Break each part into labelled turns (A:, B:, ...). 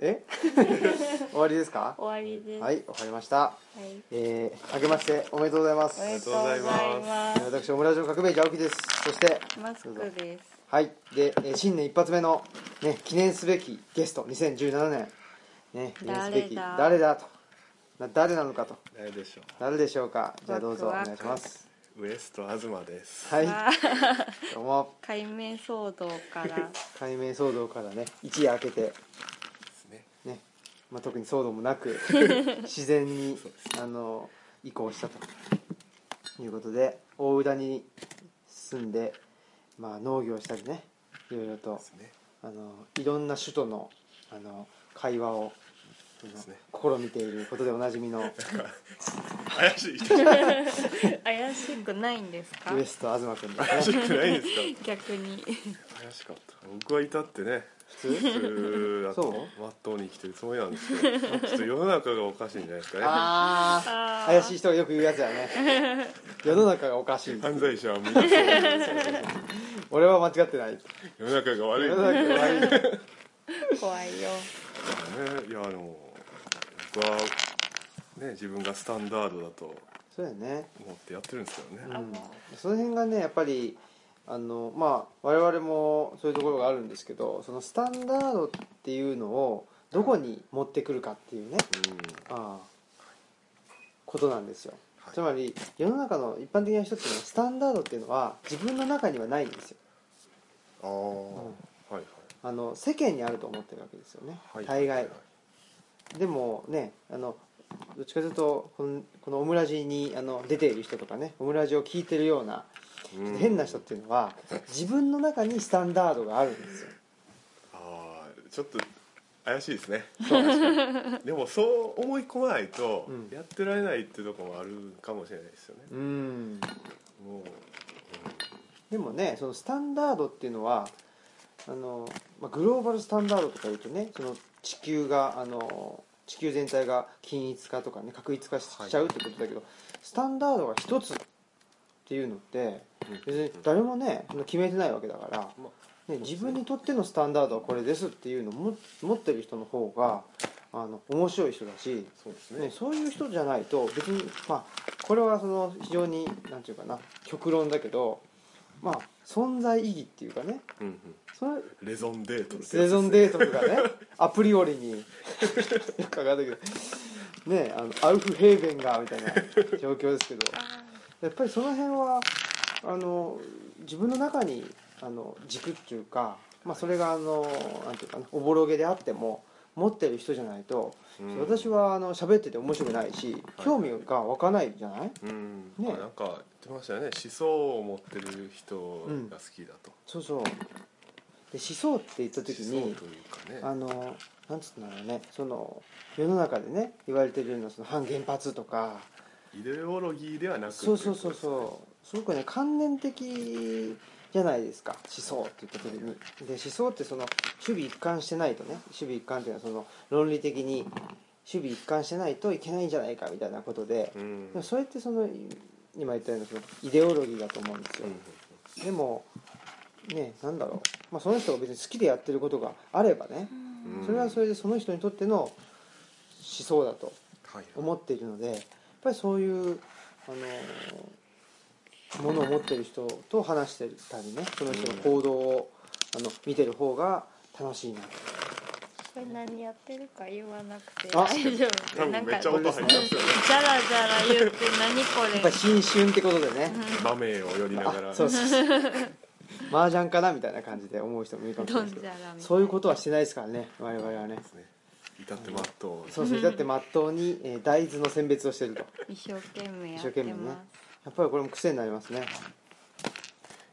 A: え 終わりですか
B: 終わりです。
A: はいわかりました
B: はい
A: えー、明けましておめでとうございます
B: おめでとう
A: え
B: ございま
A: ー私オムラジオ革命児青木ですそして
B: す。マスクです。
A: はいで、えー新年一発目の、ね、記念すべきゲスト2017年、ね、記念すべき
B: 誰だ
A: 誰だとな誰なのかと
C: 誰でしょ
A: 誰でしょうかじゃあどうぞお
B: ワクワ
A: 願
B: ク
A: いします
C: うウエスト東です
A: はい
B: あー
A: どうも
B: 解明騒動 から。
A: 解明騒動からね一夜明けて
C: ね
A: ね、まあ、特に騒動もな く自然に
C: そうで
A: あの移行したということで大浦に住んで、まあ、農業したりねいろいろと
C: ですね
A: あのいろんな首都のあの会話をあの
C: すね
A: 試みていることでおなじみのウ
C: 怪しい
B: 怪しくないんですか
A: エスト東君で
C: 怪
A: す
C: し
A: ね
C: くないですか
B: 逆に。
C: 怪しかった僕は至ってね
A: 普通
C: 普通だ
A: そう
C: とまっとうに生きてるつもりなんです けどちょっと世の中がおかしいんじゃないですかね
A: ああ
B: あ
A: 怪しい
B: い。
A: 人がよく言うやつやね 世の中がおかしい
C: 犯罪者はみんなそう
A: 俺は間違ってない
C: 世の中が悪い
A: 世
C: ん
A: の
C: だね
A: 中が悪い
B: 怖いよ。
C: いやあの僕はね自分がスタンダードだと
A: そうやね
C: 思ってやってるんですけどね、
B: あ
A: う
B: の
A: んその辺がねやっぱりあのまあ我々もそういうところがあるんですけどそのスタンダードっていうのをどこに持ってくるかっていうねああことなんですよ、
C: はい
A: つまり世の中の一般的な人っていうのはスタンダードっていうのは自分の中にはないんですよ
C: うん、ああ、はい
A: あの世間にあると思ってるわけですよね、
C: はい
A: 大
C: はい
A: 概でもねあのどっちかというとこのこのオムラジにあの出ている人とかねオムラジを聞いてるような
C: うん
A: 変な人っていうのは自分の中にスタンダードがあるんですよ
C: ああちょっと怪しいですね
A: そう
C: でもそう思い込まないと
A: うん
C: やってられないっていうところもあるかもしれないですよね、
A: ん
C: もう
A: でもねそのスタンダードっていうのはあの、まあ、グローバルスタンダードとかいうとねその地球があの地球全体が均一化とかね確一化しちゃうってことだけど、スタンダードが一つっていうのって
C: うん
A: 別に誰もねその決めてないわけだから、
C: ま
A: ね、自分にとってのスタンダードはこれですっていうのをも持ってる人の方があの面白い人だし
C: そうですね
A: ね、そういう人じゃないと別にまあこれはその非常に何て言うかな極論だけどまあ存在意義っていうかね
C: うんうん
A: それ
C: レゾンデートってやつ
A: セゾンデートとかねアプリオリによくわかんないけどねあのアウフヘーベンがみたいな状況ですけどやっぱりその辺はあの自分の中にあの軸っていうか、まあ、それがあのなんていうかなおぼろげであっても持ってる人じゃないと
C: うん
A: 私はあの喋ってて面白くないし
C: はい
A: 興味が湧かないじゃない
C: うん、
A: ね
C: まあなんか言ってましたよね思想を持ってる人が好きだと、
A: そうそうで思想って言った時
C: 思
A: に
C: 想というか
A: あ
C: ね
A: のなんつったんだろうねその世の中でね言われてるようなその反原発とか
C: イデオロギーではなく
A: そうそうそうそうすごくね関連的じゃないですか思想って言った時にで思想ってその守備一貫してないとね守備一貫っていうのはその論理的に守備一貫してないといけないんじゃないかみたいなことで
C: う、ん
A: でもそれってその今言ったようなそのイデオロギーだと思うんですよ、でもねなんだろう、まあ、その人が別に好きでやってることがあればね
C: うん
A: それはそれでその人にとっての思想だと
C: はい
A: 思っているのでやっぱりそういうあのーものを持ってる人と話してたりねその人の行動をあの見てる方が楽しいな
B: これ何やってるか言わなくて
A: あ
B: 大丈
C: 多
B: 夫。なん
C: 分め
B: か
C: っ
B: じ
C: ちゃ
B: ゃら
C: 音入りますよね
B: じゃら言って何こ
A: やっ ぱ
B: れ
A: り。新春ってことでね
C: 場面を寄りながら
A: あそうそうそう麻雀かなみたいな感じで思う人もいるかもしれ
B: ど
A: ない
B: ん
A: ですけ
B: じ
A: ど
B: ゃらみたいな。
A: そういうことはしてないですからね我々はね
C: ですね至ってまっとう
A: そうそうだってまっとうに、えー大豆の選別をしてると
B: 一生懸命や
A: 一
B: っ
A: 生懸
B: て
A: 命ね
B: ま
A: やっぱりこれも癖になりますね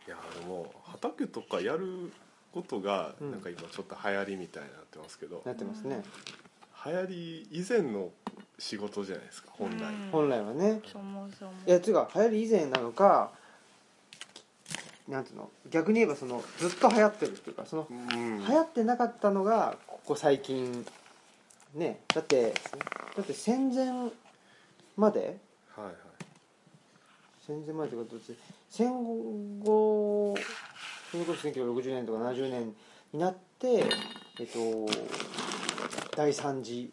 C: いやでも畑とかやることが
A: うん
C: なんか今ちょっと流行りみたいになってますけど、
A: なってますね、
C: 流行り以前の仕事じゃないですか本来、
B: うん
A: 本来はね
B: す。そもそも。
A: いやていうか流行り以前なのかなんていうの逆に言えばそのずっと流行ってるっていうかその
C: う
A: 流
C: ん
A: 行ってなかったのがここ最近ねだってだって戦前まで
C: はいはい
A: 戦前までというかどっち戦後それこそ1960年とか70年になってえっと第三次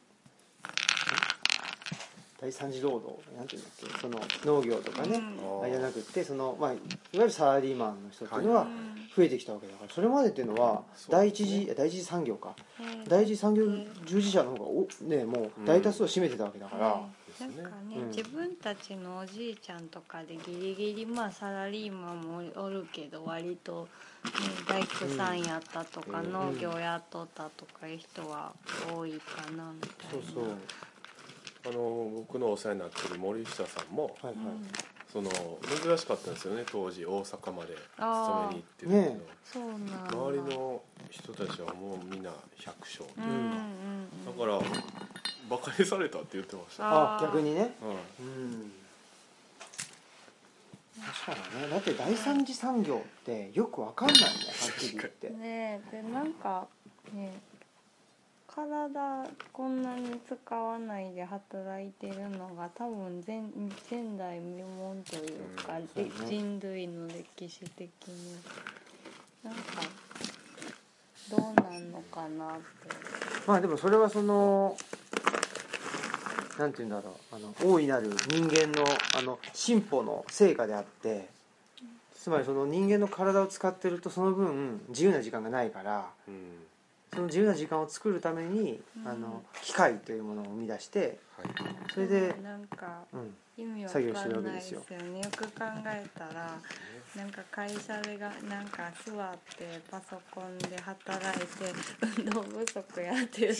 A: 第三次労働なんていうんだっけその農業とかね、
C: うん
A: あれじゃなくってその、まあ、いわゆるサラリーマンの人っていうの
C: う
A: は
B: ん
A: 増えてきたわけだからそれまでっていうのは
C: そう
A: 第一次、第一次産業か
B: うん
A: 第一次産業従事者の方がお、ね、もう大多数を占めてたわけだから、
B: なんかね、
A: うん
B: 自分たちのおじいちゃんとかでギリギリまあサラリーマンもおるけど割と、ね、大工さんやったとか、
C: うん
B: 農業やっとったとかいう人は多いかなみた
A: そ
B: いうな。
A: そう
C: あの僕のお世話になってる森下さんも
A: はいはい、
B: うん
C: その珍しかったんですよね当時大阪まで勤
B: あー
C: めに行ってるけど、
A: ね
B: そうなんだ。
C: 周りの人たちはもうみんな百姓
B: うんうんうん。
C: だからバカにされたって言ってました、
A: あ
B: あー
A: 逆にね
C: うん、
A: うん確かにねだって第三次産業ってよくわかんないねはっきり言って、
B: ねえでなんかね体こんなに使わないで働いてるのが多分前前代未聞というか、
C: うん
A: そうね
B: で人類の歴史的になんかどうなんのかなって
A: まあでもそれはそのなんて言うんだろうあの大いなる人間のあの進歩の成果であってつまりその人間の体を使ってるとその分自由な時間がないから
C: うん
A: その自由な時間を作るために、
B: うん
A: あの機械というものを生み出して
C: はい
A: それで、
B: なんか
A: うん、
B: 意味わか
A: 作業
B: ん
A: してるわけ
B: ない
A: で
B: ですす
A: よ
B: よねよく考えたらなんか会社でがなんか座ってパソコンで働いて運動不足やって言って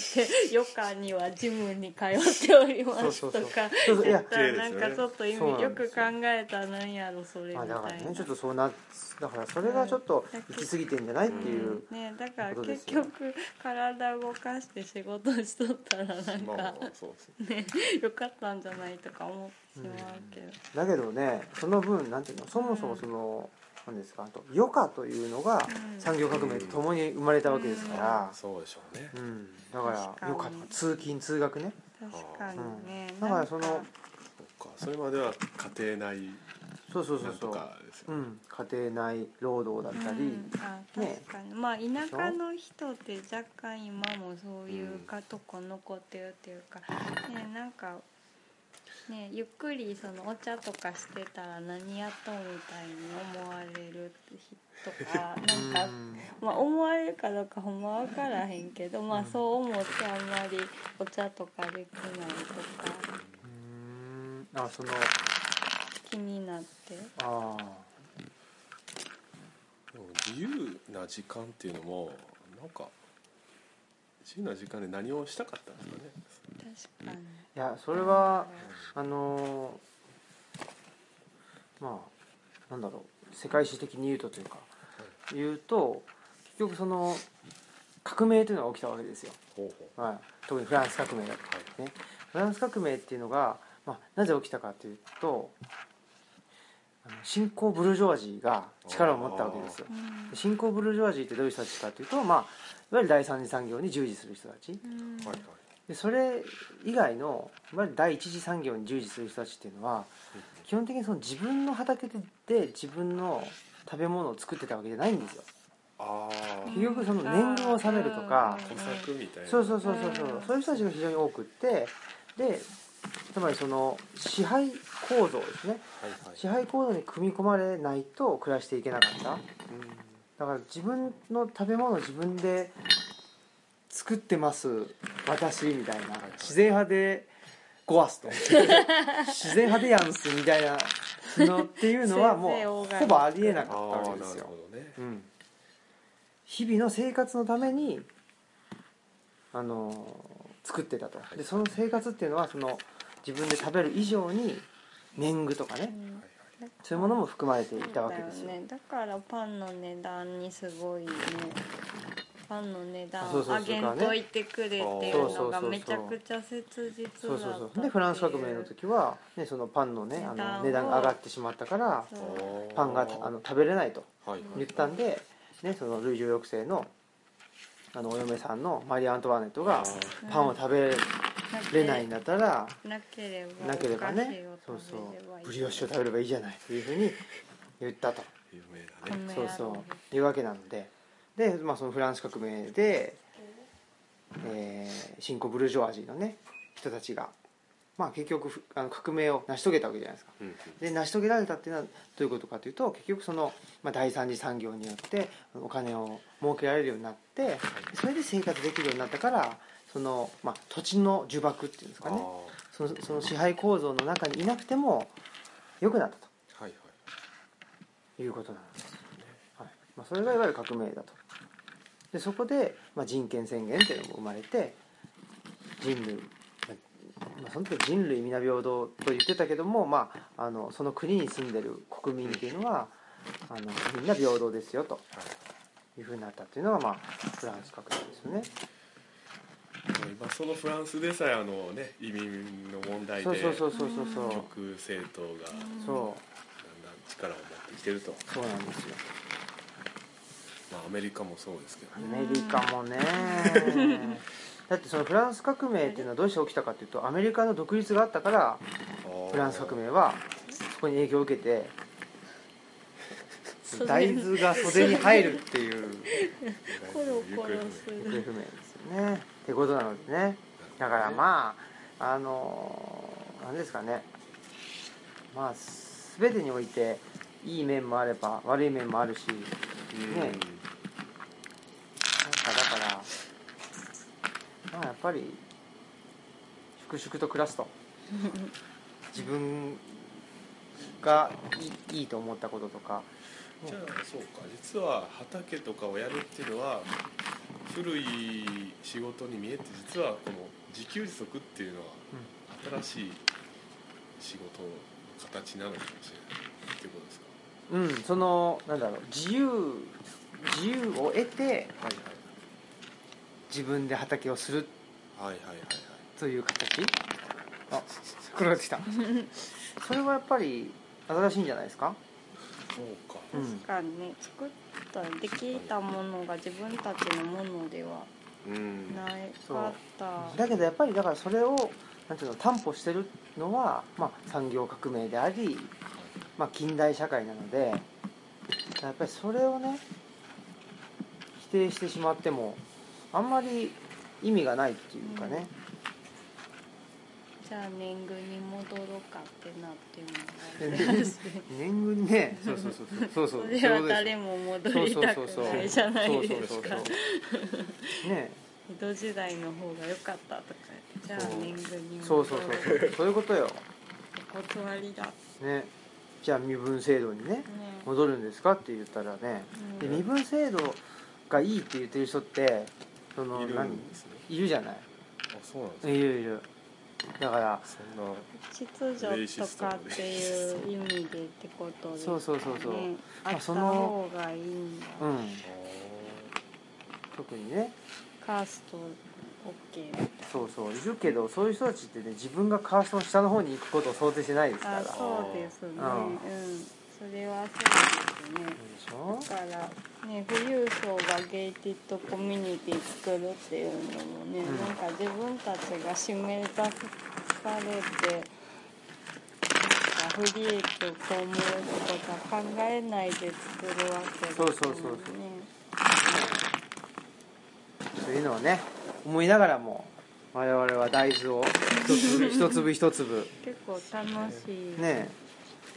B: 余暇にはジムに通っておりますとか
A: そうそうい
B: や
A: や
B: ったらなんかちょっと意
A: そうなんで
B: 味
A: すよ
B: よく考えたらなんやろそれみ
A: ま
B: た
A: あだか
B: い
A: らね
B: な
A: ちょっとそうなだからそれがちょっと行き過ぎてんじゃないっていう、
B: うんねだから
A: ことです
B: 結
A: よ
B: 局体動かして仕事しとったらなん
C: まあ
B: か
C: まあそうですね
B: ねよかったんじゃないとか思ってしまうけど
A: だけどねその分なんていうのそもそもその、なんですかあと余暇というのが
B: うん
A: 産業革命とともに生まれたわけですから、
C: そうでしょうね
A: うんだから
B: 確かに
A: 余暇とか通勤通学ね
B: 確かにね
A: だからそ
B: なん
A: の
B: か
C: そっかそれまでは家庭内
A: そうそうそ
C: な
A: うんそ
C: と
A: う、
C: かです
A: う
C: よね
A: ん、家庭内労働だったり、
B: うん、あ
A: ね
B: 確かに、まあ田舎の人って若干今もそういうかとこ残ってるっていうか、ねなんかねゆっくりそのお茶とかしてたら何やっとんみたいに思われる人とか
A: うん
B: なんか、まあ、思われるかどうかほんま分からへんけど、まあ、そう思ってあんまりお茶とかできないとか
A: うんあその
B: 気になって。
A: ああ
C: でも自由な時間っていうのもなんか自由な時間で何をしたかったんですかね
B: 確かに
A: いやそれはあのーまあなんだろう世界史的に言うとというか言うと結局その革命というのが起きたわけですよ、
C: ほうほ
A: はい、特にフランス革命だと
C: うはい
A: ねフランス革命っていうのが、まあ、なぜ起きたかというとあの新興ブルジョワジーが力を持ったわけですよ
B: うん
A: 新興ブルジョワジーってどういう人たちかというと、まあ、いわゆる第三次産業に従事する人たち
B: うん
C: はいはい
A: でそれ以外のいわゆる第一次産業に従事する人たちっていうのは基本的にその自分の畑でで自分の食べ物を作ってたわけじゃないんですよ
C: ああ
A: 結局その年貢を納めるとか
B: うん
C: 小作みたいな
A: そうそうそうそうそう
B: うん
A: そういう人たちが非常に多くってでつまりその支配構造ですね
C: はいはい
A: 支配構造に組み込まれないと暮らしていけなかった
C: うん
A: だから自分の食べ物を自分で作ってます私みたいな
C: はい
A: 自然派でごわす と自然派でやんすみたいなのっていうのはも
B: 先生大
A: う
B: 金
A: ほぼありえ
C: あ
A: なかった
C: あ
A: わけ
C: ー
A: で
C: な
A: す
C: る
A: よ
C: ほ、どね
A: うん、日々の生活のためにあの作ってたと
C: はい
A: でその生活っていうのはその自分で食べる以上に年貢とかね
B: うん
C: はいはい
A: そういうものも含まれて
B: そ
A: いうたわけですよ
B: だね、だからパンの値段にすごいねパンの値
A: あ
B: 段
A: そ
B: を
A: うそう
B: 上げんといてくれっていうのがめちゃくちゃ切実だった
A: そうそうそうでフランス革命の時は、ね、そのパンの,、ね、あ
B: 値段
A: の
B: を
A: 値段が上がってしまったから
B: そ
C: あ
B: う
C: ー
A: パンがあの食べれないと
C: はいはい
A: 言ったんで、ね、その類似抑制のあのお嫁さんのマリー・アントワネットが
C: あー
A: パンを食べれないんだったら、
B: なければ
A: なければ
B: お菓
A: ね
B: 子を
A: そう
B: 食べれば
A: そ
B: いうい
A: ブリオッシュを食べればいいじゃないというふうに言ったと
C: 有名だ
B: こ
C: ね
B: んな野
A: そ
B: 郎
A: うそういうわけなのでで、まあ、そのフランス革命でえー新興ブルジョワジーのね人たちが、まあ、結局ふあの革命を成し遂げたわけじゃないですか。
C: うんうん
A: で成し遂げられたっていうのはどういうことかというと結局その、まあ、第三次産業によってお金を儲けられるようになってそれで生活できるようになったからその、まあ、土地の呪縛っていうんです
C: あ
A: か
C: あ
A: ねそのその支配構造の中にいなくても良くなった
C: はいはい
A: ということなんです、はいまあ、それがいわゆる革命だとでそこで、まあ、人権宣言っていうのも生まれて人類、まあまあ、その時人類皆平等と言ってたけども、まあ、あのその国に住んでる国民っていうのはあのみんな平等ですよと
C: はい
A: いうふうになったっていうのが、まあ、フランス革命ですよね。
C: まあ今そのフランスでさえあのね移民の問題で
A: そうそうそうそうそうそう
C: 極右政党がだん
A: そう
C: だん力を持ってきてると、
A: そうなんですよ
C: まあ、アメリカもそうですけど
A: ア
C: ね
A: メリカもねだってそのフランス革命っていうのはどうして起きたかっていうとアメリカの独立があったからフランス革命はそこに影響を受けて
B: 袖
A: 大豆が袖に入るっていう
B: コロ
A: 行方
B: コロする
A: 不明ですよねってことなのでねだからまああの何ですかねまあ全てにおいていい面もあれば悪い面もあるし
C: あうん
A: ねなんかだからまあやっぱり粛々と暮らすと自分がいいいいと思ったこととか
C: じゃあそうか実は畑とかをやるっていうのは古い仕事に見えて実はこの自給自足っていうのは新しい仕事の形なのかもしれないっていうことですか
A: うん、そのなんだろう自由自由を得て
C: はい
A: 自分で畑をする
C: はいはいはいはいはい
A: という形あ黒が出てきたそれはやっぱり新しいんじゃないですか
C: そうか、
A: うん
B: 確かにね作ったできたものが自分たちのものでは
C: うん
B: なかった
A: だけどやっぱりだからそれをなんていうの担保してるのは、まあ、産業革命であり、まあ、近代社会なのでやっぱりそれをね否定してしまってもあんまり意味がないっていうかね、
B: じゃあ年貢に戻ろうかってなってもらって
A: 年貢にねそうそうそうそうそう
B: そ
A: そう
B: れは誰も戻りたくないじゃないですか
A: そうそうそうね
B: 江戸時代の方が良かったとかじゃあ
A: そう
B: 年貢に戻ろ
A: そうそう
B: う
A: そうそうそういうことよ、
B: お断りだね
A: ね、じゃあ身分制度にね戻るんですかって言ったらねで身分制度がいいって言ってる人ってその
C: いる
A: 何
C: んですね
A: いるじゃない
C: あそうなんで
A: い
C: すか
A: るいるだから
C: そんな
B: 秩序とかっていう意味でってことです
A: そうそうそうそう、
B: ね
A: ま
B: あ
A: あ
B: った
A: その
B: 方がいいんだ、
A: うん
C: あ
A: 特にね
B: カースト OK みたい
A: そうそういるけどそういう人たちってね自分がカーストの下の方に行くことを想定してないですか
B: な
A: ら
B: あ
A: そう
B: そうですねう
A: うん
B: んそれはそうですね
A: でしょ
B: だからね富裕層がゲイティッドコミュニティ作るっていうのもね、
A: うん
B: なんか自分たちが締め出されてなんか不利益を被ることは考えないで作るわけです
A: そ
B: もん
A: う
B: ね
A: そうそうそうそういうのをね思いながらも我々は大豆を一 粒一粒一粒
B: 結構楽しい、
A: ね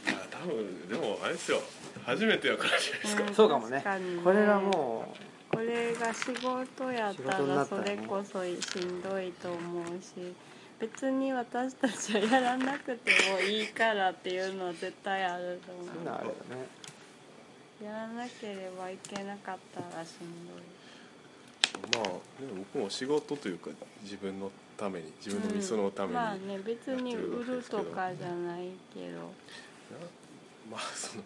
C: ーいや多分でもあれですよ初めてやからじゃないですか、
B: うん
A: そうかもね
B: 確にね
A: これがも
B: これが仕事やった
A: 仕事にな
B: ら
A: った
B: そ
A: らね
B: れこそしんどいと思うし別に私たちはやらなくてもいいからっていうのは絶対あると
A: うそういう
B: 思
A: のあるよね
B: うやらなければいけなかったらしんどい
C: まあでも僕も仕事というか自分のために自分の味噌のために、
B: ま
C: な
B: あね別に売るとかじゃないけど
C: まあそ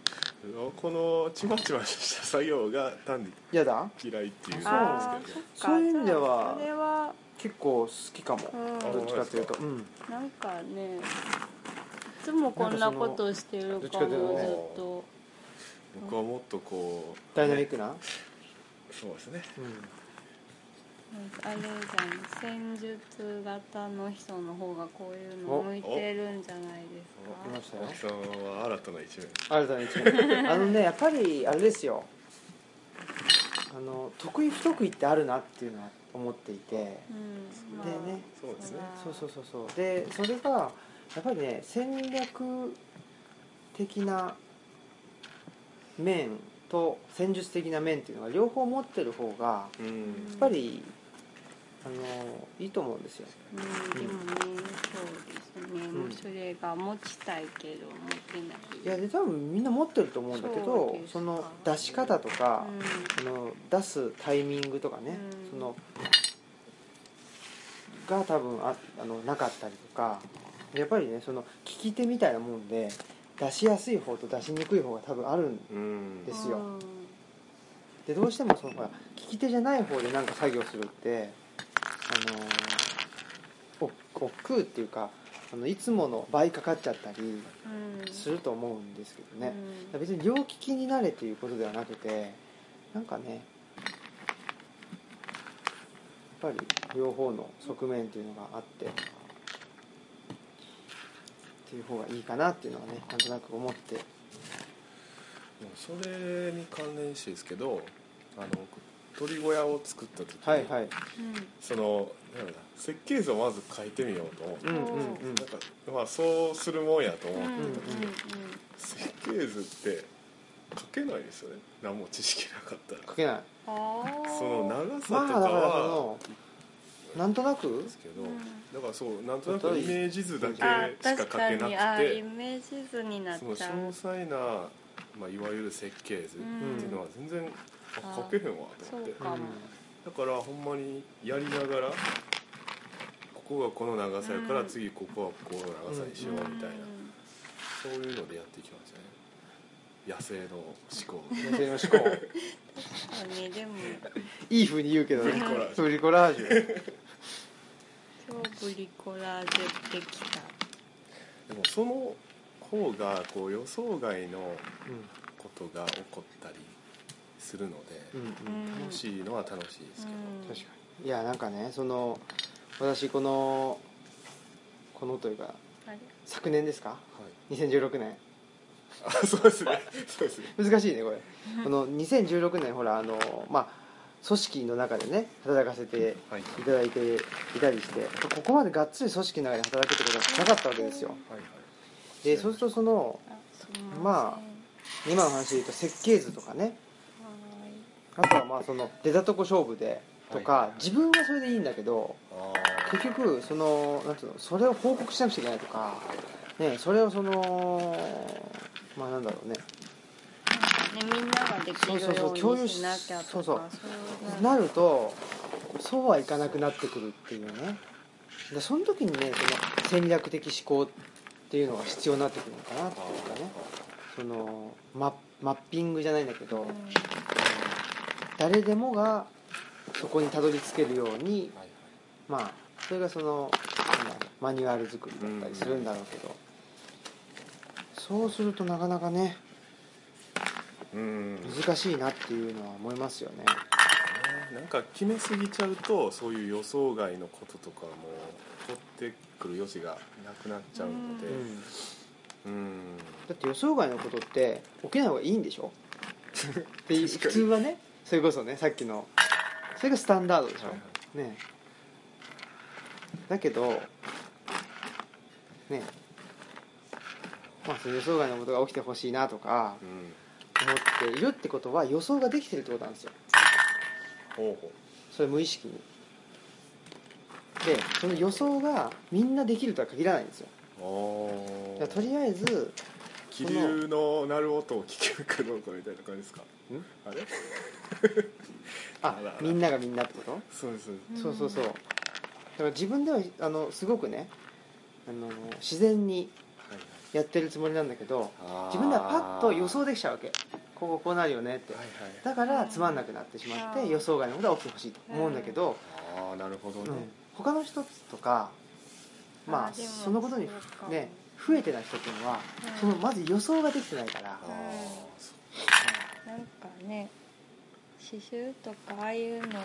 C: のこのちまちました作業が単に
A: やだ
C: 嫌いっていう
B: あ
C: の
B: あ
C: です
B: そ
C: けど
B: っ
C: ね
B: か
A: そういう意味では
B: じゃあそれは
A: 結構好きかも、
B: うん
A: どっちかというとうん
B: なんかねいつもこんなことしてる
A: どっち
B: か
A: か
B: も
A: と
B: ず
A: いうと
B: っ
A: ね
B: と
C: 僕はもっとこう
A: ダイナミックな、
C: そうですね
A: うん
B: あれじゃん戦術型の人の方がこういうの向いてるんじゃない
A: 来
B: で
A: ますしたよ
C: 青木さんは新たな一面
A: 新たな一面あのねやっぱりあれですよあの得意不得意ってあるなっていうのは思っていて
B: うんまあ
A: でね
C: そうですね
A: そうそうそうそうでそれがやっぱりね戦略的な面と戦術的な面っていうのが両方持ってる方が
C: うん
A: やっぱりあのいいと思うんですよ
B: うん、でもね、そうですね、もうそれが持ちたいけど持てない
A: いやで多分みんな持ってると思うんだけ
B: そう
A: ど
B: ですか
A: その出し方とか、
B: う
A: あの出すタイミングとかね、
B: うん
A: そのが多分ああのなかったりとかやっぱりねその聞き手みたいなもんで出しやすい方と出しにくい方が多分あるん
C: うん
A: で
B: ん
A: すよ
B: うん
A: でどうしてもそのほら聞き手じゃない方でなんか作業するってあのーお億劫っていうかあのいつもの倍かかっちゃったり
B: うん
A: すると思うんですけどね、
B: うん
A: 別に両利きになれということではなくてなんかねやっぱり両方の側面というのがあってっていう方がいいかなっていうのはねなんとなく思って
C: もうそれに関連してですけどあの鳥小屋を作った時に、
A: はいはい
C: そのなんだろうな設計図をまず書いてみようと思って、
A: うんうんうん
C: なんかまあそうするもんやと思
B: うん
C: う、
B: うんうん
C: 設計図って書けないですよね何も知識なかったら
A: 書けない
B: あー
C: その長
A: ま
C: さ
A: あだ
C: とか
A: から
C: は
A: そのなんとなく
C: ですけど、
B: うん
C: だからそうなんとなくイメージ図だけし
B: あ
C: か書
B: 確か
C: け
B: に
C: な
B: あ
C: く
B: ーイ
C: て
B: メージ図になっ
C: その
B: ちゃう
C: 詳細な、まあ、いわゆる設計図っていうのは全然、あ書けへんわと思っ
B: そ
C: て
B: うかも
C: だからほんまにやりながらここがこの長さやから、
B: うん
C: 次ここはこうの長さにしようみたいな、そういうのでやってきましたね野生の思考
A: うん 女性の思考
B: そうねでも
A: いいふうに言うけどね
C: ブリコラージュ
A: ブリコラージュ
B: 今日ブリコラージュできた
C: でもその方がこう予想外の
A: う
C: ことが起こったりするので、
A: んうんうん
B: うん
C: 楽しいのは楽しいですけど、
B: うん
A: 確かにいやなんかねその私このこのというか
B: あれ
A: 昨年ですか
C: はい
A: 2016年
C: あそうですねそうですね
A: 難しいねこれこの2016年ほらあのまあ組織の中でね働かせて
C: はい
A: いただいていたりしてここまでがっつり組織の中で働くってことはなかったわけですよ
C: はいはい
A: でそうするとその
B: あすいません
A: まあ今の話で言うと設計図とかねあとはまあその出たとこ勝負でと
C: はいはい
A: か
C: はい
A: 自分はそれでいいんだけど
C: あ
A: 結局そのなんていうのそれを報告しなくちゃいけないとかねそれをそのまあなんだろうね
B: はーいねみんなができる
A: そうそうそう
B: よ
A: 共
B: う
A: 有
B: に
A: し
B: しなきゃとか
A: そうそう
B: そう
A: な
B: る
A: るとそうはいかなくなってくるっていうねでその時にねその戦略的思考っていうのが必要になってくるのかなっていうかねそのママッピングじゃないんだけど誰でもがそこにたどり着けるように
C: はいはい
A: まあそれがそのなんだろうマニュアル作りだったりするんだろうけどそうするとなかなかね
C: うん
A: 難しいなっていうのは思いますよね
C: なんか決めすぎちゃうとそういう予想外のこととかも取ってくる余地がなくなっちゃうので
A: う
C: うん
A: ん
C: うん
A: だって予想外のことって起きない方がいいんでしょっていう普通はねそれこそねさっきのそれがスタンダードでしょ、
C: はい
A: ねだけどねまあその予想外のことが起きてほしいなとか
C: うん
A: 思っているってことは予想ができてるってことなんですよ
C: ほうほ
A: それ無意識にでその予想がみんなできるとは限らないんですよ
C: うお
A: だからとりあえず
C: 気流の鳴る音を聞けるかどうかみたいな感じですか
A: ん
C: あれ
A: あ
C: あらあら
A: みんながみんなってこと
C: そうですそうです
A: そうそうそうだから自分ではあのすごくねあの自然に
C: はいはい
A: やってるつもりなんだけど
C: あー
A: 自分ではパッと予想できちゃうわけこここうなるよねって
C: はいはい
A: だからつまんなくなってしまっ
B: う
A: て
B: ん
A: 予想外のことが起きてほしいと思うんだけど、
C: ああなるほどね、
A: うん他の人とかまあ
B: あーでも
A: そのことに
B: そうか
A: ね増えてない人っていうのは
B: うん
A: そのまず予想ができてないから
C: あ
B: ん
C: あそ
B: なんかね刺繍とかああいうのでもなん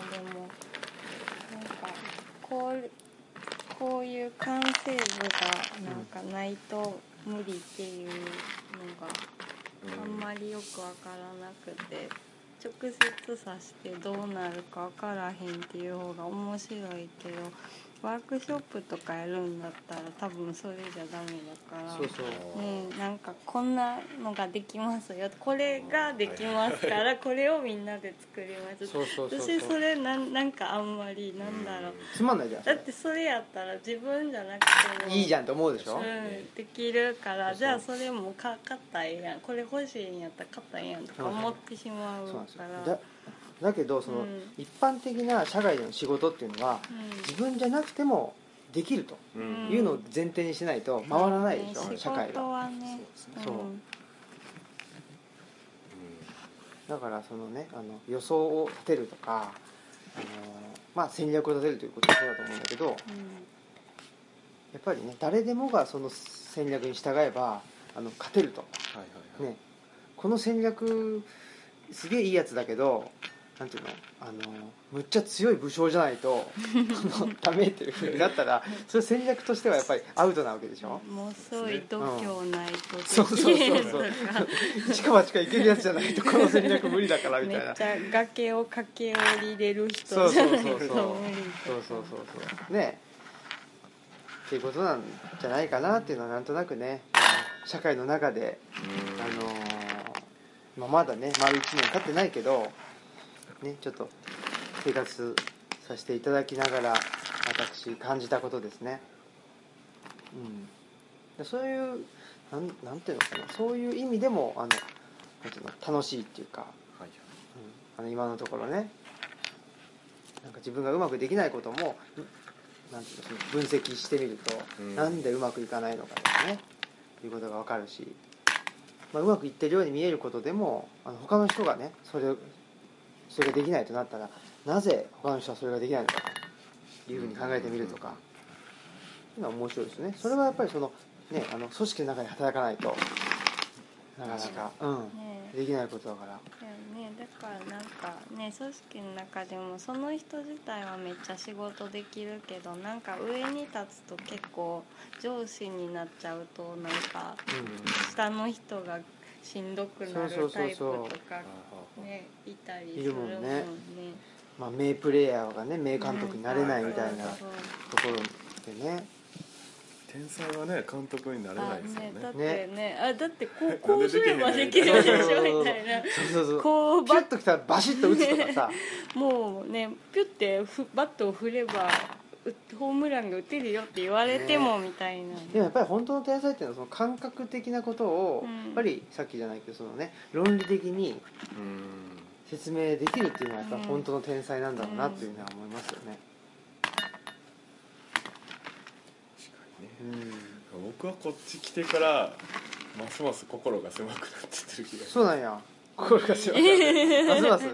B: かこうこういう完成度がなんかないと無理っていうのが
C: う
B: あんまりよくわからなくてち直接さしてどうなるか分からへんっていう方が面白いけどワークショップとかやるんだったら多分それじゃダメだから
A: そうそう
B: ねえなんかこんなのができますよこれができますからこれをみんなで作ります
A: そうそうそう
B: 私
A: そ
B: そうれなんなんかあんまりなんだろう
A: つまんないじゃんそ
B: だっ
A: れ
B: てそれやったら自分じゃなくても
A: いいじゃんと思うでし
B: う
A: ょ
B: んできるから
A: そうそう
B: じゃあそれもか買ったらええやんこれ欲しいんやったら買ったらええやんとか思ってしまう
A: そうなんですよ
B: から
A: だだけどその、
B: うん
A: 一般的な社外での仕事っていうのは自分じゃなくてもできると
C: うん
B: うん
A: いうのを前提にしないと回らないでしょ、
B: うんね
A: 社会
B: 仕事
A: が
B: はね
C: す
A: そう
B: うん
A: だからそのねあの予想を立てるとかあの、まあ、戦略を立てるということもそうだと思うんだけどやっぱりね誰でもがその戦略に従えばあの勝てると
C: はいはいはい、
A: ね、この戦略すげえいいやつだけどなんていうのあのむっちゃ強い武将じゃないと あのダメっていうふうになったらそれ戦略としてはやっぱりアウトなわけでしょ
B: うんもうそういう度胸ないとで
A: そうそう
B: きへ
A: そ
B: ん
A: う
B: と
A: そう
B: か
A: 一か八かいけるやつじゃないとこの戦略無理だからみ
B: め
A: た
B: っ
A: いな
B: ちゃ崖を駆け下りれる
A: そ
B: 人
A: う
B: じゃ
A: そう
B: ない
A: そ
B: と無
A: うそう
B: 理
A: そうそうそうそうねっていうことなんじゃないかなっていうのはなんとなくね社会の中で
C: うん
A: あのーまあ、まだね丸1年経ってないけど、ね、ちょっと生活させていただきながら私感じたことですね、うんで、そういうなんなんていうのかなそういう意味でもあのなんていうの楽しいっていうか、
C: はいはい
A: うん、あの今のところねなんか自分がうまくできないこともんなんていうのその分析してみると、
C: うん
A: なんでうまくいかないのかとかねいうことが分かるし、まあ、うまくいってるように見えることでもあの他の人がねそれをそれができないとなったらなぜ他の人はそれができないのかというふうに考えてみるとか、っていうのは面白いですねそれはやっぱりその、ね、あの組織の中で働かないとなかなか、う
B: ねえ
A: ん、できないことだから。
B: だよねだからなんかね組織の中でもその人自体はめっちゃ仕事できるけどなんか上に立つと結構上司になっちゃうとなんか
A: うん
B: 下の人がしんどく
A: そ
B: な
A: うそうそう
B: るタイプと
C: あ
B: か
C: ああ
B: ねいたり
A: い
B: す
A: る
B: る
A: も
B: も
A: ん
B: ん
A: ね
B: ね。
A: まあ、名プレイヤーがね名監督になれないみたいな
B: うん
A: と
B: そうそうそう
A: ころでね
C: 天才はね監督になれな
B: あ
C: いですよね
B: ねだってねあだってこう
C: な
B: こ
C: ん
B: う
C: ですできへ
B: れ
C: んの
B: ばできるでしょみたいな
A: そうそうそう
B: こう
A: ピュ
B: バ
A: ッときたらバシッと打つとかさ
B: もうねピュってふバットを振ればうホームランが打てるよって言われてもみたいな、
A: でもやっぱり本当の天才っていうのはその感覚的なことを
B: うん
A: やっぱりさっきじゃないけどそのね論理的に
C: うん
A: 説明できるっていうのはやっぱ
B: うん
A: 本当の天才なんだろうなっていうのは思いますよね。
C: 確かにね
A: うん
C: 僕はこっち来てからますます心が狭くなってってる気が
A: そうなんや心が狭くなるますます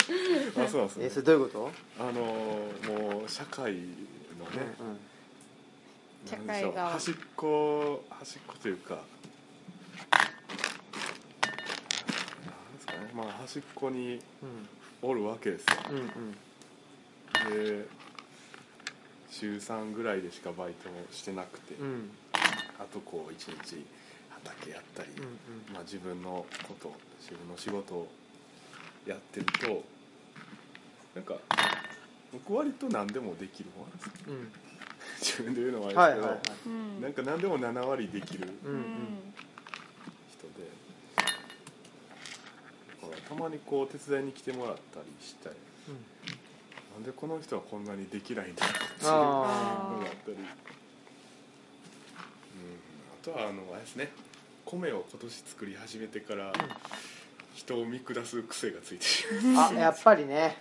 C: ますますね
A: えそれどういうこと、
C: あのーもう社会のね
A: うんうん
B: 社
C: なんでし
B: 会
C: ょう
B: が
C: 端っこ端っこというかなんですかねまあ端っこにおるわけですよ
A: うんうんうん
C: で週3ぐらいでしかバイトをしてなくて、
A: うんうん
C: あとこう一日畑やったり、
A: うん
C: まあ、自分のこと自分の仕事をやってるとなんか僕割と何でもできる方なんですよ
A: う
C: 自分で言うのもあ
A: んはい
C: れ
A: はい
C: ですけど、
A: はい
B: うん
C: なんか何でも7割できる
A: うん
B: う
A: うんん
C: 人で、だからたまにこう手伝いに来てもらったりして
A: うん
C: なんでこの人はこんなにできないんだろうっていうのがあ
A: あ
B: ー
C: ったり、うん、あとはあのあれですね米を今年作り始めてから人を見下す癖がついてしまう
A: ーあやっぱりね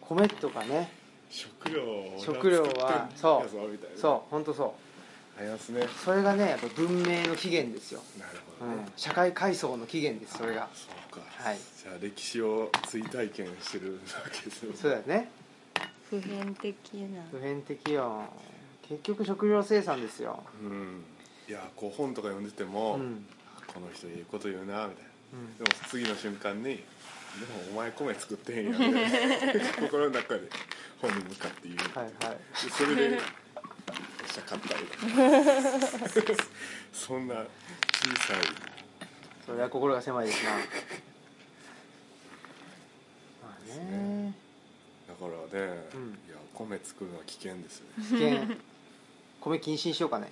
A: 米とかね
C: 食料を
A: 食料は
C: 俺作ってんだぞみたいな
A: そう本当そう
C: ありますねなる
A: それがねやっぱ文明の起源ですよ、う
C: ほどね、
A: ん、社会階層の起源ですそれが
C: そうか、
A: はい
C: じゃあ歴史を追体験してるわけですよね
A: そうだよね
B: 普遍的な
A: 普遍的よ結局食料生産ですよ
C: うんいやこう本とか読んでて
A: う
C: も、
A: ん
C: あこの人いいこと言うなみたいな
A: うん
C: でも次の瞬間に「でもお前米作ってへんやん」みたいな 心の中で本に向かって言う、
A: はいはい
C: でそれで「よっしゃ勝った」みたいな そんな小さい
A: それは心が狭いですなうん
C: いやお米作るのは危険ですね
A: 危険米禁止にしようか ね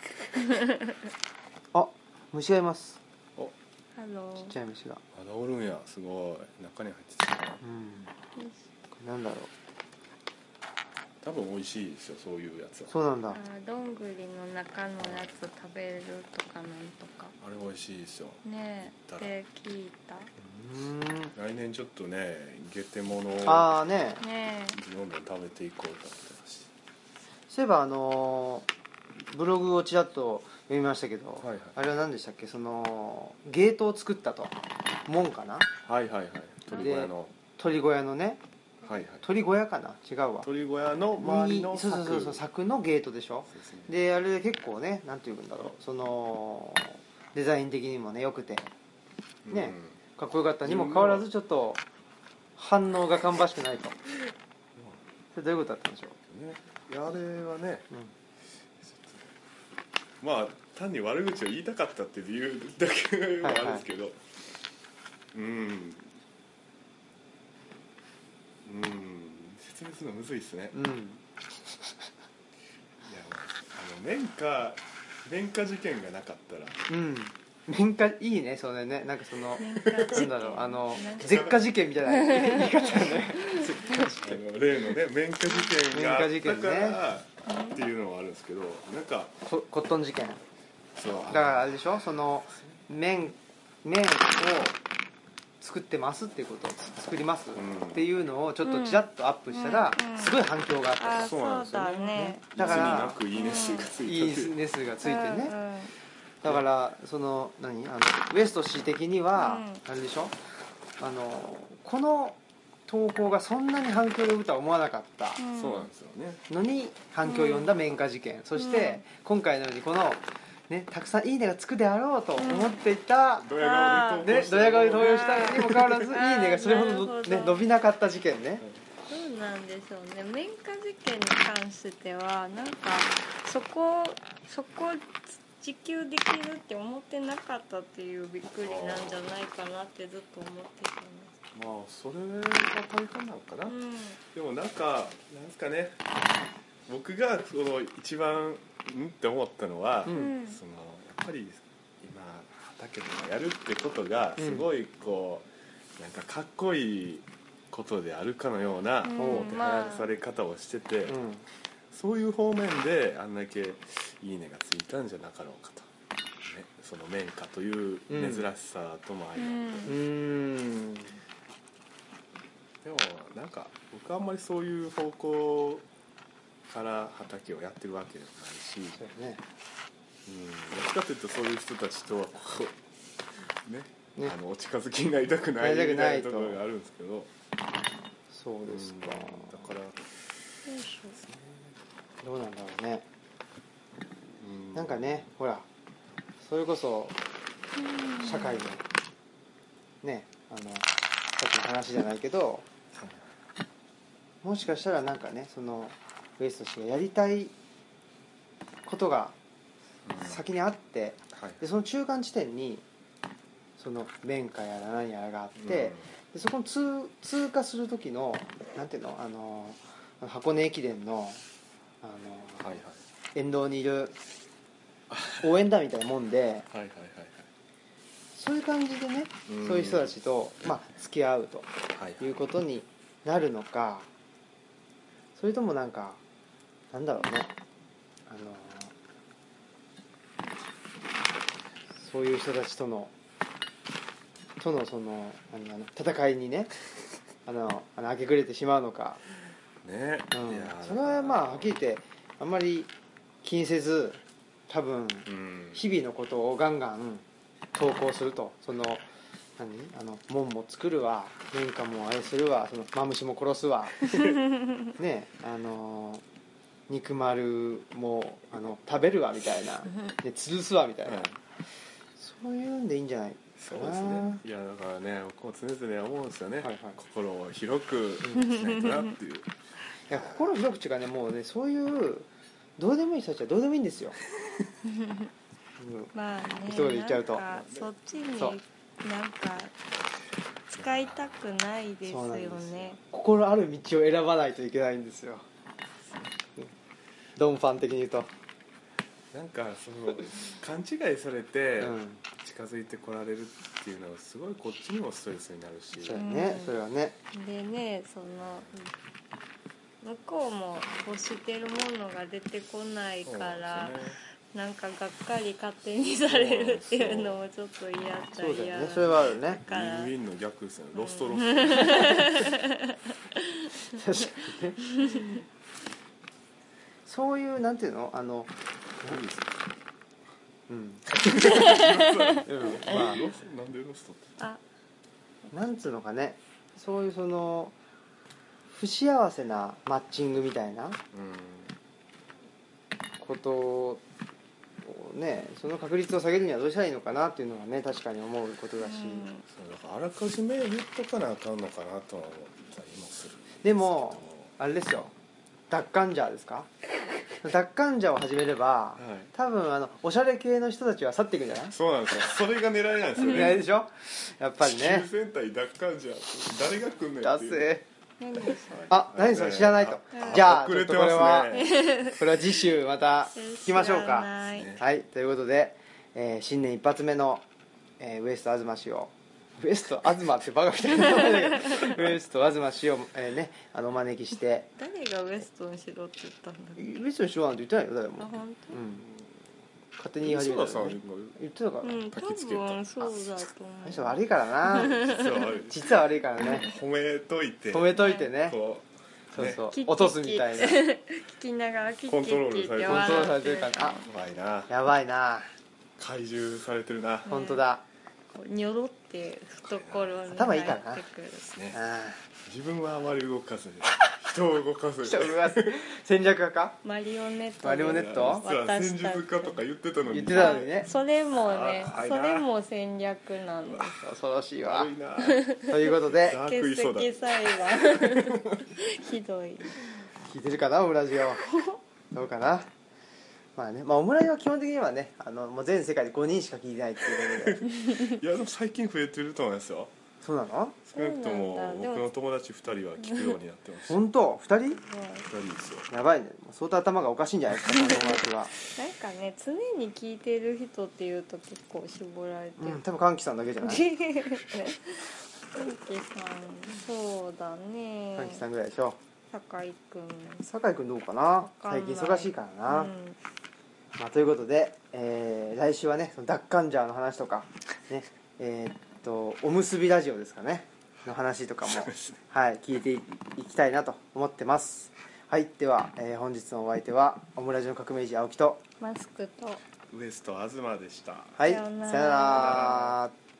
A: あ虫がいます
B: ハロ
A: ちっ
B: ー
A: ちゃい虫が
C: まだおるんやすごい中に入ってたな
A: うんこれなんだろう
C: 多分美味しいですよそういうやつは
A: そうなんだ
B: あーどんぐりの中のやつ食べるとかなんとか
C: あれ美味しいですよ
B: ねえ
C: 言
B: っ
C: ったら
B: て聞いた
A: うん
C: 来年ちょっとねゲテモノを
A: ああね
B: ね
C: どんどん食べていこうと思ってます
A: そういえばあのーブログをちらっと読みましたけど、
C: はいはい
A: あれは何でしたっけそのゲートを作ったと門かな
C: はいはいはい鳥小屋の
A: 鳥小屋のね
C: はいはい
A: 鳥小屋かな違うわ
C: 鳥小屋の周りの
A: にそうそうそうそう
C: 柵
A: 柵のゲートでしょ
C: そうですね
A: であれで結構ねなんていうんだろうそのデザイン的にもね良くてね
C: うん
A: かっこよかったにもかかわらずちょっと反応が芳しくないとそれどういうことだったんでしょ
C: ねいやあれはね
A: う、うん
C: まあ単に悪口を言いたかったっていう理由だけはあるんですけど、うんうん説明するのむずいですね
A: うん
C: いやあの綿花綿花事件がなかったら
A: うん面会いいねそれねなんかその
B: え
A: なんだろうあの
B: なんか
A: 舌下事件みたいな 言い方だね
C: あの例のね綿花事件があったからっていうのはあるんですけどなんか
A: ココットン事件だ
C: そうあの
A: からあれでしょその麺麺を作ってますっていうこと作ります、
C: うん
A: っていうのをちょっとちらっとアップしたら、
B: うんうん
A: すごい反響があった
B: あー
C: そうなん
B: そ
C: で
B: う
C: すよ
B: だ
C: ね
B: ね
A: だから
C: いつになくいいね数がついた
A: いい
C: っていう
A: ネスがついてね、
B: うんうん
A: だからその何あのウエスト氏的には、
B: う
A: あれでしょあのこの投稿がそんなに反響を呼ぶとは思わなかった
B: うん
C: そうなんですよね
A: のに反響を呼んだ綿花事件、そして今回のようにこの、ね、たくさん「いいね」がつくであろうと思っていた、
C: ドヤ顔で
A: ね
C: 投稿し
A: ド
C: た
A: ヤ顔で投与したにもかかわらず「いい
B: あー
A: ね」がそれほ
B: なる
A: ど,、
B: ほど
A: ね、伸びなかった事件ね、
B: どうなんでしょうね面会事件に関してはなんかそこそこ自給できるって思ってなかったっていうびっくりなんじゃないかなってずっと思ってたん
C: まあそれが体感なのかな、
B: です
C: でもなんかなんですかね僕がその一番うんって思ったのは、
A: うん
B: うん
C: そのやっぱり今畑とかやるってことがすごいこう、なんかかっこいいことであるかのような、
B: うん
C: もう手
B: まあ
C: 放され方をしてて、
A: うん
C: そういう方面であんだけ「いいね」がついたんじゃなかろうかと、ね、その綿花という珍しさともあり、
A: うーん
C: でもなんか僕はあんまりそういう方向から畑をやってるわけでもないし、うん、ど
A: そうね
C: っちかというとそういう人たちとはこうね
A: ね
C: あのお近づきになりたくないみ
A: なりたくな
C: た
A: い
C: い
A: と
C: なところがあるんですけど
A: そうですか、
C: うんだか
B: う
C: ら、
B: んよいしょ
A: どうなんだろうね
C: うん
A: なんかねほらそれこそ
B: うん
A: 社会のねあのさっきの話じゃないけどもしかしたらなんかねそのウエスト氏がやりたいことが
C: うん
A: 先にあって
C: はい
A: でその中間地点にその綿花やら何やらがあって、でそこの通通過する時のなんていうのあの箱根駅伝のあ
C: うん
A: の、
C: はいはい
A: 沿道にいる応援団みたいなもんで
C: はいはいはい
A: そういう感じでね
C: うん
A: そういう人たちと、まあ、付き合うと
C: はいはい
A: いうことになるのかそれともなんかなんだろうねあのそういう人たちとのとのそのあのあの戦いに ねあのあの明け暮れてしまうのか、
C: ね
A: うん
C: いや、
A: それはまあはっきり言ってあんまり気にせず多分
C: うん
A: 日々のことをガンガン投稿するとその何あの門も作るわ年間も愛するわそのマムシも殺すわねあの肉丸もあの食べるわみたいなで吊るすわみたいな、
C: はい
A: そういうんでいいんじゃない
C: そうですねいやだからね僕も常々思うんですよね、
A: はいはい
C: 心を広くしないとなってい う
A: いや心広くちがねもうねそういうどうでもいい人たちはどうでもいいんですよ、うん
B: まあね
A: 一人で行っちゃうと
B: なんかそっちに
A: そう
B: なんか使いたくないですよ
A: そうなんですよ
B: ね
A: 心ある道を選ばないといけないんですよドンファン的に言うと、
C: なんかその勘違いされて
A: うん
C: 近づいてこられるっていうのはすごいこっちにもストレスになるし
A: そうやね、
B: うん
A: それはね
B: でねその向こうも欲してるものが出てこない
C: そう
B: か
C: な
B: ら
C: んですよね
B: なんかがっかり勝手にされるっていうのもちょっと嫌っちゃ
A: そうだ
B: 嫌
A: よ
B: な
A: ねそれはあるね
B: だから
C: ウィンウィンの逆ですよねロストロスト、
A: 確かにねそういうなんていうのあの
C: 何ですか
A: うん
C: ま
A: ま
C: あ
A: あ
C: ロストなんでロストって
B: あ
A: なんつうのかねそういうその不幸せなマッチングみたいな
C: う
A: ことをねその確率を下げるにはどうしたらいいのかなっていうのはね確かに思うことだし、
B: うん
C: んそうだからあらかじめ言っとかなあかんのかなとは思ったりもする
A: でもあれですよ奪還ジャーですか奪還ジャーを始めれば
C: は
A: 多分あのおしゃれ系の人たちは去っていくんじゃない
C: いそうなんですよそれが狙いなんですよ
A: いない
C: ね
A: でしょやっぱり
C: 地球
A: ね
C: 戦隊奪還じゃ誰が来んねん
A: ダ
C: っていう
A: セー
B: 何それ
A: あ何それ知らないと
B: あ
A: じゃあ
C: 遅れて
A: ちょっとこれは
C: ますね
A: これは次週また聞きましょう
B: 知
A: か
B: らない
C: ね
A: はいということで、えー新年一発目の、えーウエスト東氏をウエスト東ってバカみたいな名前だ けどウエスト東氏を、えーねあのお招きして
B: 誰がウエストンしろって言ったんだっけ
A: ウエストにしようなんて言ってないよ誰
B: あ
A: も、
B: 本
A: うん、勝手に言い始め
C: 磯
A: た
C: 田
A: よ
C: さんが
A: ね言ってたから、
B: 当？うん多
C: 焚きつけた
B: 分そうだと
A: あの人
B: 思う
A: 悪いから な
C: 実は悪い
A: 実は悪いからね
C: 褒めといて
A: 止めといてね
C: こ
A: そうそう
B: キッキッキッ
A: 落とすみたいなコン
B: 聞きながらキッキ
C: コン
B: ッ
C: トロー
B: キ
C: ル
B: ッっ
C: され
B: て
C: て
A: トロールされ
B: 笑って
A: る
B: て
A: からあ
C: う怖いな
A: やばいな
C: 怪獣されてるな
A: 本当だ、
B: こうニョロって懐に
A: 頭いいからな
B: 入ってくる
C: ね
A: うん
C: 自分はあまり動 かず人を動かず
A: 人を動かす戦略家か
B: マリオネット
A: マリオネット
C: 実は戦術家とか言ってたのに
A: 言ってたのにね
B: それもね
C: あー
B: それも戦略なんです
A: 恐ろしいわ
C: 悪いな
A: ということで
C: ダーク
B: 欠
C: イソだ
B: 席裁判 ひどい
A: 聞いてるかなオムラジオどうかなまあね、まあ、オムラジオは基本的にはねあのもう全世界で5人しか聞いてないっていうことで
C: いやでも最近増えてると思いますよ
A: そうなの
C: 少なくと
B: そうな
C: も
B: んだ
C: 僕の友達2人は聞くようになってます
A: 本当二人
C: 2人ですよ
A: やばいねもう相当頭がおかしいんじゃないですかその友達は
B: なんかね常に聞いてる人っていうと結構絞られて
A: う
B: る、
A: ん多分歓喜さんだけじゃ
B: う、
A: なんい
B: キさんそうだね
A: 歓喜さんぐらいでしょ
B: 酒井君
A: 酒井君どうかな
B: かんな
A: 最
B: い
A: 近忙しいからな、
B: うん
A: まあ、ということで、えー来週はねその奪還ジャーの話とか、ねえーっとおむすびラジオですかねの話とかも、はい、聞いていきたいなと思ってますはいでは、えー本日のお相手はオムラジの革命児青木と
B: マスクと
C: ウエスト東でした
A: はい
B: さようなら
A: さようなら